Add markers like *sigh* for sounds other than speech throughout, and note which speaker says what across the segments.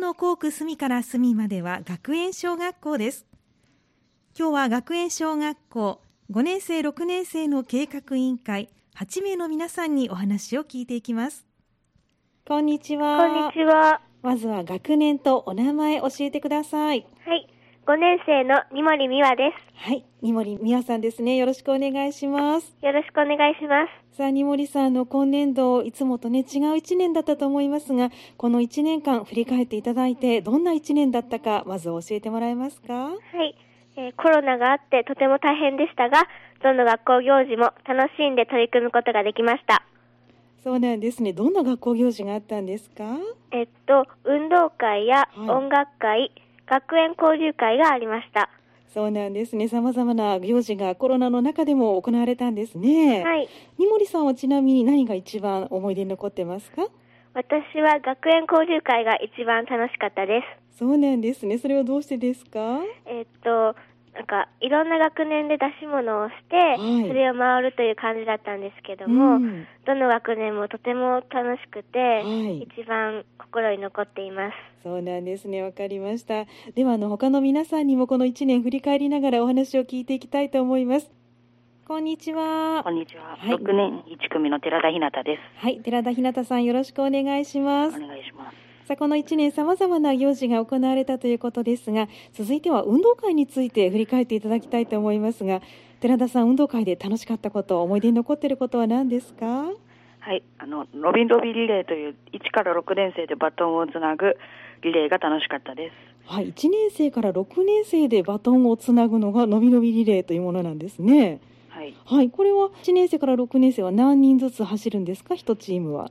Speaker 1: の校区隅から隅までは学園小学校です今日は学園小学校5年生6年生の計画委員会8名の皆さんにお話を聞いていきますこんにちは
Speaker 2: こんにちは。
Speaker 1: まずは学年とお名前教えてください
Speaker 2: はい。5年生の二森美和で
Speaker 1: はい、二森美和さんですね。よろしくお願いします。
Speaker 2: す。よろしくお願いします。
Speaker 1: さあ、二森さん、あの今年度、いつもとね、違う一年だったと思いますが、この一年間振り返っていただいて、どんな一年だったか、まず教えてもらえますか
Speaker 2: はい。えーコロナがあってとても大変でしたが、どの学校行事も楽しんで取り組むことができました。
Speaker 1: そうなんですね。どんな学校行事があったんですか
Speaker 2: えっと、運動会や
Speaker 1: はい
Speaker 2: 音楽会、学園交流会がありました。
Speaker 1: そうなんですね。様々な行事がコロナの中でも行われたんですね。
Speaker 2: はい。
Speaker 1: 二森さんはちなみに何が一番思い出に残ってますか
Speaker 2: 私は学園交流会が一番楽しかったです。
Speaker 1: そうなんですね。それはどうしてですか
Speaker 2: えっと、なんか、いろんな学年で出し物をして、
Speaker 1: い
Speaker 2: それを回るという感じだったんですけども、
Speaker 1: うん
Speaker 2: どの学年もとても楽しくて、
Speaker 1: い
Speaker 2: 一番心に残っています。
Speaker 1: そうなんですね、わかりました。では、あの他の皆さんにもこの1年振り返りながらお話を聞いていきたいと思います。こんにちは
Speaker 3: こ。んにちは。
Speaker 1: はい
Speaker 3: 六、年一組の寺田ひなたです。
Speaker 1: はい、寺田ひなたさん、よろしくお願いしま
Speaker 3: お
Speaker 1: す。
Speaker 3: 願いします。
Speaker 1: さあ、この1年、さまざまな行事が行われたということですが、続いては運動会について振り返っていただきたいと思いますが、寺田さん、運動会で楽しかったこと、思い出に残っていることは何ですか
Speaker 3: はい、あのロビンロビリレーという一から六年生でバトンをつなぐリレーが楽しかったです。
Speaker 1: はい、1年生から6年生でバトンをつなぐのが、のびのびリレーというものなんですね。
Speaker 3: はい、
Speaker 1: はい、これは1年生から6年生は何人ずつ走るんですか、1チームは。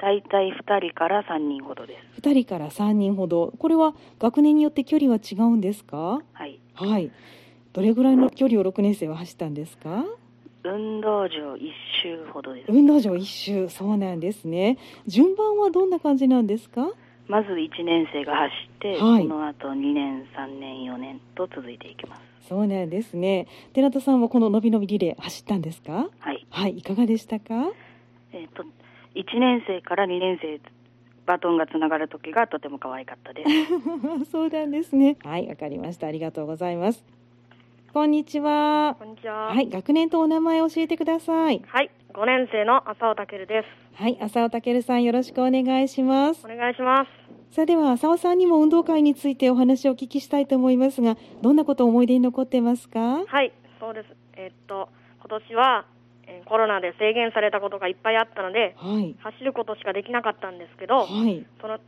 Speaker 3: だいたい二人から三人ほどです。
Speaker 1: 2人から3人ほど、これは学年によって距離は違うんですか、
Speaker 3: はい、
Speaker 1: はい、どれぐらいの距離を6年生は走ったんですか、
Speaker 3: 運動場一周ほどです。
Speaker 1: 運動場1周、そうなんですね、順番はどんな感じなんですか、
Speaker 3: まず一年生が走って、
Speaker 1: はい
Speaker 3: その後二年、三年、四年と続いていきます。
Speaker 1: そうなんですね、寺田さんはこののびのびリレー、走ったんですか、
Speaker 3: はい、
Speaker 1: はい、いかがでしたか、 *laughs*
Speaker 3: えっ、と一年生から二年生バトンがつながる時がとても可愛かったです。
Speaker 1: そうなんですね、はい、わかりました、ありがとうございます。こんにちは。
Speaker 4: こんにちは。
Speaker 1: は
Speaker 4: はい。
Speaker 1: い、学年とお名前を教えてください。
Speaker 4: 5年生の浅尾健です。
Speaker 1: はい、浅尾健さんよろしくお願いします
Speaker 4: お。願いします。
Speaker 1: さあでは浅尾さんにも運動会についてお話をお聞きしたいと思いますが、どんなことを思い出に残ってますか？
Speaker 4: はい、そうです。えっと、今年は、えーコロナで制限されたことがいっぱいあったので、
Speaker 1: はい、
Speaker 4: 走ることしかできなかったんですけど、
Speaker 1: はい、
Speaker 4: その、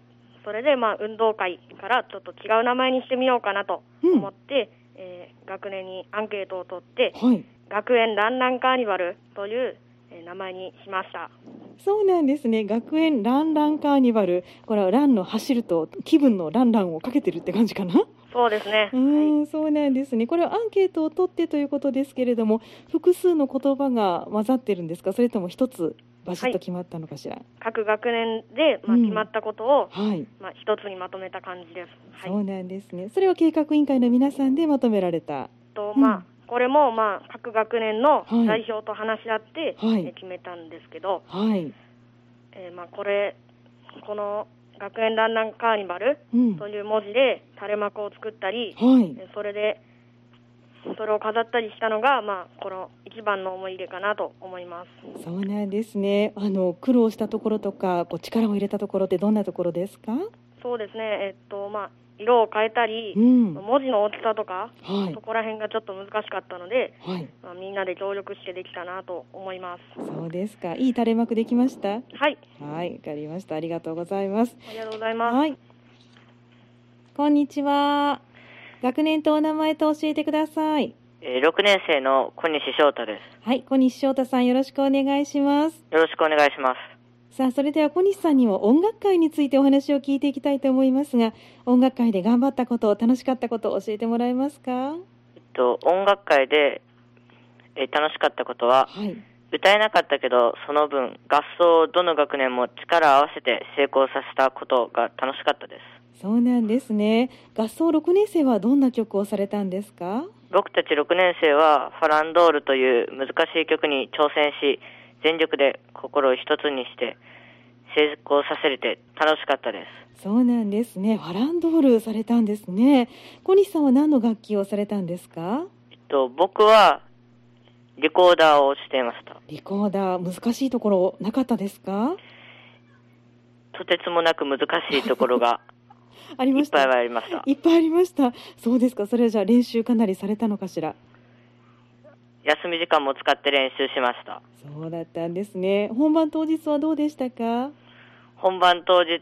Speaker 4: それでまあ運動会からちょっと違う名前にしてみようかなと
Speaker 1: うん、
Speaker 4: 思っ
Speaker 1: は
Speaker 4: て、えー学年にアンケートを取って、
Speaker 1: い、
Speaker 4: 学園ランランカーニバルという、えー名前にしました。
Speaker 1: そうなんですね。学園ランランカーニバル、これはランの走ると気分のランランをかけてるって感じかな？
Speaker 4: そうですね。
Speaker 1: う
Speaker 4: はい。
Speaker 1: ーん、そうなんですね。これはアンケートを取ってということですけれども、複数の言葉が混ざってるんですか？それとも一つバシッと決まったのかしら？
Speaker 4: 各学年で、ま
Speaker 1: う
Speaker 4: あ、
Speaker 1: ん
Speaker 4: 決まったことを、
Speaker 1: はい
Speaker 4: まあ、一つにまとめた感じです。はい
Speaker 1: そうなんですね。それは計画委員会の皆さんでまとめられた。
Speaker 4: と
Speaker 1: うん
Speaker 4: まあ、これも、まあ、各学年の
Speaker 1: はい
Speaker 4: 代表と話し合って、
Speaker 1: はい
Speaker 4: え決めたんですけど、
Speaker 1: はい。
Speaker 4: えーまあ、これこの学園ランランカーニバル
Speaker 1: うん。
Speaker 4: と
Speaker 1: は
Speaker 4: いう文字で垂れ幕を作ったり、
Speaker 1: い。
Speaker 4: えそれでそれを飾ったりしたのが、まあ、この一番の思い出かなと思います。
Speaker 1: そうなんですね。あの苦労したところとか、こう力を入れたところってどんなところですか？
Speaker 4: そうですね、えっとまあ、色を変えたり、
Speaker 1: うん。は
Speaker 4: 文字の大きさとか、
Speaker 1: い
Speaker 4: そ。こら辺がちょっと難しかったので、
Speaker 1: はい。
Speaker 4: まあ、みんなで協力してできたなと思います。
Speaker 1: そうですか。いい垂れ幕できました。
Speaker 4: はい、
Speaker 1: はい。わかりました。ありがとうございます。
Speaker 4: ありがとうございます。
Speaker 1: はい。こんにちは。学年とお名前と教えてください。
Speaker 5: えー6年生の小西翔太で
Speaker 1: はい。小西翔太さん、よろしくお願いします。
Speaker 5: す。よろしくお願いします。
Speaker 1: さあそれでは小西さんにも音楽会についてお話を聞いていきたいと思いますが音楽会で頑張ったこと楽しかったこと教えてもらえますか
Speaker 5: えっと、音楽会で、えー楽しかったことは、
Speaker 1: はい
Speaker 5: 歌えなかったけど、その分、合奏をどの学年も力を合わせて成功させたことが楽しかったです。
Speaker 1: そうなんですね合奏6年生はどんな曲をされたんですか
Speaker 5: 僕たち6年生は、ファランドールという難しい曲に挑戦し、全力で心を一つにして、成功させれて楽しかったです。
Speaker 1: そうなんですね。ファランドールされたんですね。小西さんは何の楽器をされたんですか
Speaker 5: えっと、僕はリコーダーをしていました。
Speaker 1: リコーダー、難しいところなかったですか
Speaker 5: とてつもなく難しいところが
Speaker 1: あり
Speaker 5: い
Speaker 1: ま
Speaker 5: っ
Speaker 1: した。
Speaker 5: ぱいはありま
Speaker 1: *laughs*
Speaker 5: した。
Speaker 1: いっぱいありました。そうですか。それはじゃあ練習かなりされたのかしら。
Speaker 5: 休み時間も使って練習しました。
Speaker 1: そうだったんですね。本番当日はどうでしたか。
Speaker 5: 本番当日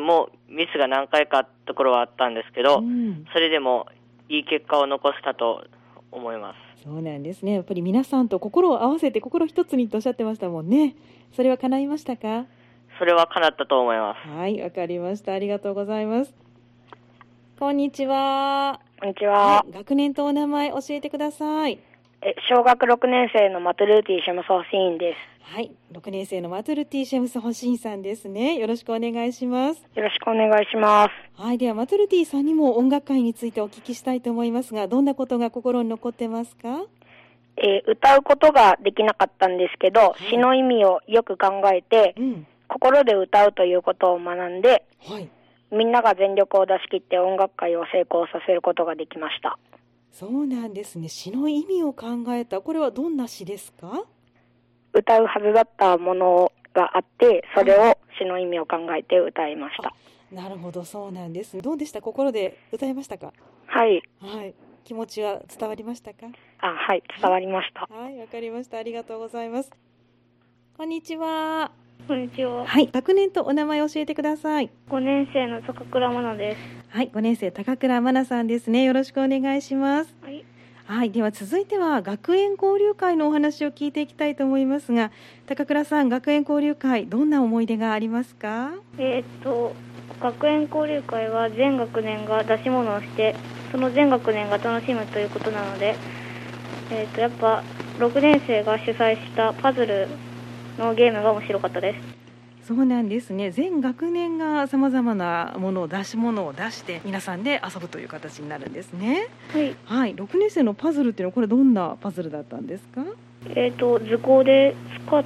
Speaker 5: もミスが何回かあったところはあったんですけど、
Speaker 1: ん、
Speaker 5: それでもいい結果を残したと思います。
Speaker 1: そうなんですね。やっぱり皆さんと心を合わせて心一つにとおっしゃってましたもんね。それは叶いましたか。
Speaker 5: それは叶ったと思います。
Speaker 1: はい、わかりました。ありがとうございます。こんにちは。
Speaker 4: こんにちは。
Speaker 1: 学年とお名前教えてください。
Speaker 4: え、小学6年生のマトルーティシェムソーシーンで
Speaker 1: はい、六年生のマトルティシェムス保身さんですね。よろしくお願いします。
Speaker 4: す。よろしくお願いします。
Speaker 1: はい、ではマトルティさんにも音楽会についてお聞きしたいと思いますが、どんなことが心に残ってますか。
Speaker 4: えー歌うことができなかったんですけど、
Speaker 1: い
Speaker 4: 詩の意味をよく考えて、
Speaker 1: うん、
Speaker 4: 心で歌うということを学んで、
Speaker 1: はい。
Speaker 4: みんなが全力を出し切って音楽会を成功させることができました。
Speaker 1: そうなんですね。詩の意味を考えた。これはどんな詩ですか。
Speaker 4: 歌うはずだったものがあって、それを詩の意味を考えて歌いました。
Speaker 1: なるほど、そうなんですね。どうでした。心で歌いましたか。
Speaker 4: はい。
Speaker 1: はい。気持ちは伝わりましたか。
Speaker 4: あ、はい。伝わりました。
Speaker 1: はい、わかりました。ありがとうございます。こんにちは。
Speaker 2: こんにちは。
Speaker 1: はい、学年とお名前教えてください。
Speaker 2: 5年生の坂倉真奈です。
Speaker 1: はい、5年生高倉真奈さんですね。よろしくお願いします。
Speaker 2: はい。
Speaker 1: はい、では続いては学園交流会のお話を聞いていきたいと思いますが、高倉さん、学園交流会どんな思い出がありますか？
Speaker 2: えーっと、学園交流会は全学年が出し物をして、その全学年が楽しむということなので、えーっと、やっぱ6年生が主催したパズルのゲームが面白かったです。
Speaker 1: そうなんですね。全学年がさまざまなものを出し物を出して皆さんで遊ぶという形になるんですね。
Speaker 2: はい。
Speaker 1: はい、6年生のパズルっていうのはこれどんなパズルだったんですか？
Speaker 2: えーっと、図工で使っ、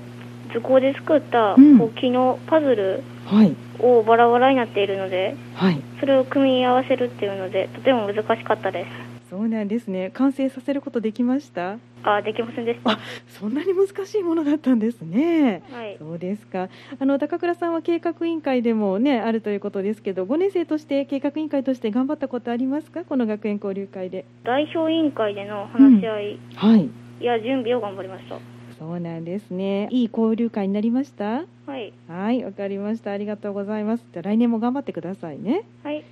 Speaker 2: 図工で作った
Speaker 1: うん
Speaker 2: こう木のパズル
Speaker 1: はい、
Speaker 2: をバラバラになっているので、
Speaker 1: はい。
Speaker 2: それを組み合わせるっていうので、とても難しかったです。
Speaker 1: そうなんですね。完成させることできました。
Speaker 2: あ、できませんでした。
Speaker 1: そんなに難しいものだったんですね。
Speaker 2: はい。
Speaker 1: そうですか。あの高倉さんは計画委員会でもねあるということですけど、5年生として計画委員会として頑張ったことありますか？この学園交流会で。
Speaker 2: 代表委員会での話し合い
Speaker 1: はい。
Speaker 2: や準備を頑張りました。
Speaker 1: そうなんですね。いい交流会になりました。
Speaker 2: はい。
Speaker 1: はい、わかりました。ありがとうございます。じゃあ来年も頑張ってくださいね。
Speaker 2: はい。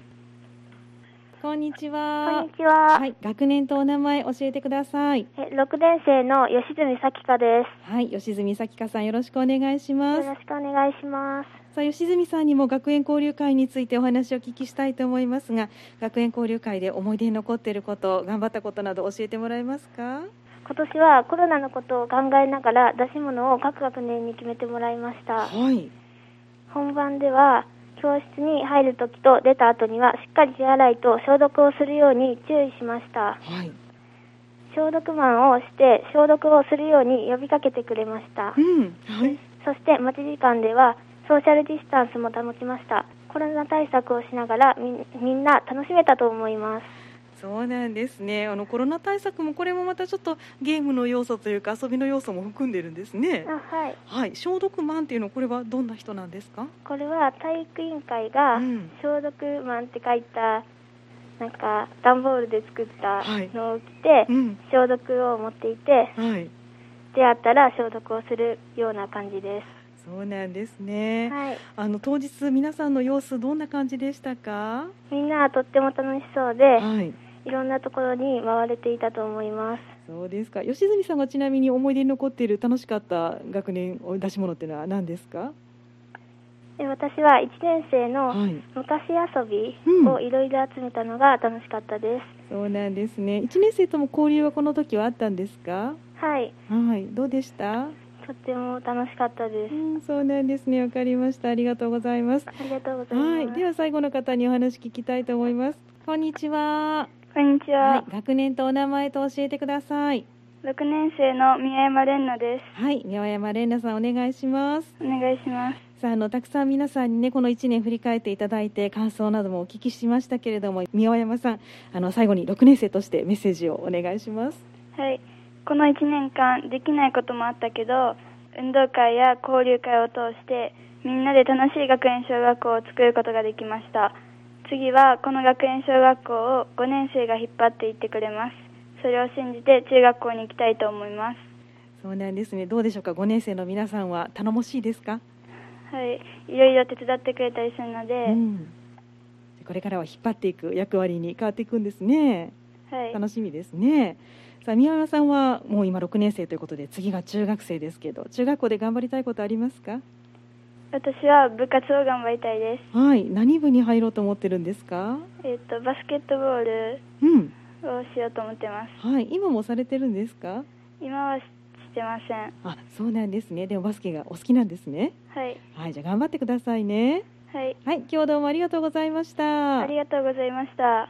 Speaker 1: こんにち
Speaker 2: こん
Speaker 1: は
Speaker 2: に。ちは。
Speaker 1: はい、学年とお名前教えてください。
Speaker 2: え6年生の吉住咲香で
Speaker 1: はい、吉住咲香さんよろしくお願いし
Speaker 2: す。
Speaker 1: ます
Speaker 2: よ。ろしくお願いします。
Speaker 1: さあ吉住さんにも学園交流会についてお話をお聞きしたいと思いますが学園交流会で思い出に残っていること頑張ったことなど教えてもらえますか
Speaker 2: 今年はコロナのことを考えながら出し物を各学年に決めてもらいました。
Speaker 1: い
Speaker 2: 本番では教室に入るときと出た後にはしっかり手洗いと消毒をするように注意しました。
Speaker 1: はい
Speaker 2: 消毒マンをして消毒をするように呼びかけてくれました
Speaker 1: う。んはい
Speaker 2: そして待ち時間ではソーシャルディスタンスも保ちました。コロナ対策をしながらみんみんな楽しめたと思います。
Speaker 1: そうなんですねあのコロナ対策もこれもまたちょっとゲームの要素というか遊びの要素も含んでるんですね
Speaker 2: あはい。
Speaker 1: はい消毒マンっていうのはこれはどんな人なんですか
Speaker 2: これは体育委員会が
Speaker 1: うん
Speaker 2: 消毒マンって書いたなんか段ボールで作った
Speaker 1: はい
Speaker 2: のを着て
Speaker 1: うん
Speaker 2: 消毒を持っていて
Speaker 1: はい
Speaker 2: 出会ったら消毒をするような感じで
Speaker 1: そうなんです
Speaker 2: す。
Speaker 1: ね、
Speaker 2: はい。
Speaker 1: あの当日皆さんの様子どんな感じでしたか
Speaker 2: みんなとっても楽しそうで
Speaker 1: はい
Speaker 2: いろんなところに回れていたと思います。
Speaker 1: そうですか。吉住さんがちなみに思い出に残っている楽しかった学年を出し物っていうのは何ですか？
Speaker 2: で私は1年生の
Speaker 1: はい。
Speaker 2: 昔遊び
Speaker 1: うん
Speaker 2: をいろいろ集めたのが楽しかったです、
Speaker 1: そうなんですね。一年生とも交流はこの時はあったんですか？
Speaker 2: はい
Speaker 1: はい。どうでした？
Speaker 2: とっても楽しかったで
Speaker 1: う
Speaker 2: す
Speaker 1: ん、そうなんですね。わかりました。ありがとうございます。
Speaker 2: ありがとうございます、
Speaker 1: はい。では最後の方にお話聞きたいと思います。こんにちは。
Speaker 2: こんにち
Speaker 1: はい。学年とお名前と教えてください。
Speaker 2: 6年生の宮山蓮奈です
Speaker 1: はい。宮山玲奈さんお願いします。
Speaker 2: お願いします
Speaker 1: さああのたくさん皆さんにねこの1年振り返っていただいて感想などもお聞きしましたけれども宮尾山さんあの最後に6年生としてメッセージをお願いします
Speaker 2: はい、この1年間できないこともあったけど運動会や交流会を通してみんなで楽しい学園小学校を作ることができました次はこの学園小学校を5年生が引っ張っていってくれますそれを信じて中学校に行きたいと思います
Speaker 1: そうなんですねどうでしょうか5年生の皆さんは頼もしいですか、
Speaker 2: はい、いろいろ手伝ってくれたりするので、
Speaker 1: うんこれからは引っ張っていく役割に変わっていくんですね
Speaker 2: はい、
Speaker 1: 楽しみですねさあ宮山さんはもう今6年生ということで次が中学生ですけど中学校で頑張りたいことありますか
Speaker 2: 私は部活を頑張りたいです
Speaker 1: はい何部に入ろうと思ってるんですか
Speaker 2: えっ、とバスケットボール
Speaker 1: うん
Speaker 2: をしようと思ってます
Speaker 1: はい今もされてるんですか
Speaker 2: 今はししてません
Speaker 1: あそうなんですねでもバスケがお好きなんですね
Speaker 2: はい
Speaker 1: はいじゃあ頑張ってくださいね
Speaker 2: はい
Speaker 1: はい今日どうもありがとうございました
Speaker 2: ありがとうございました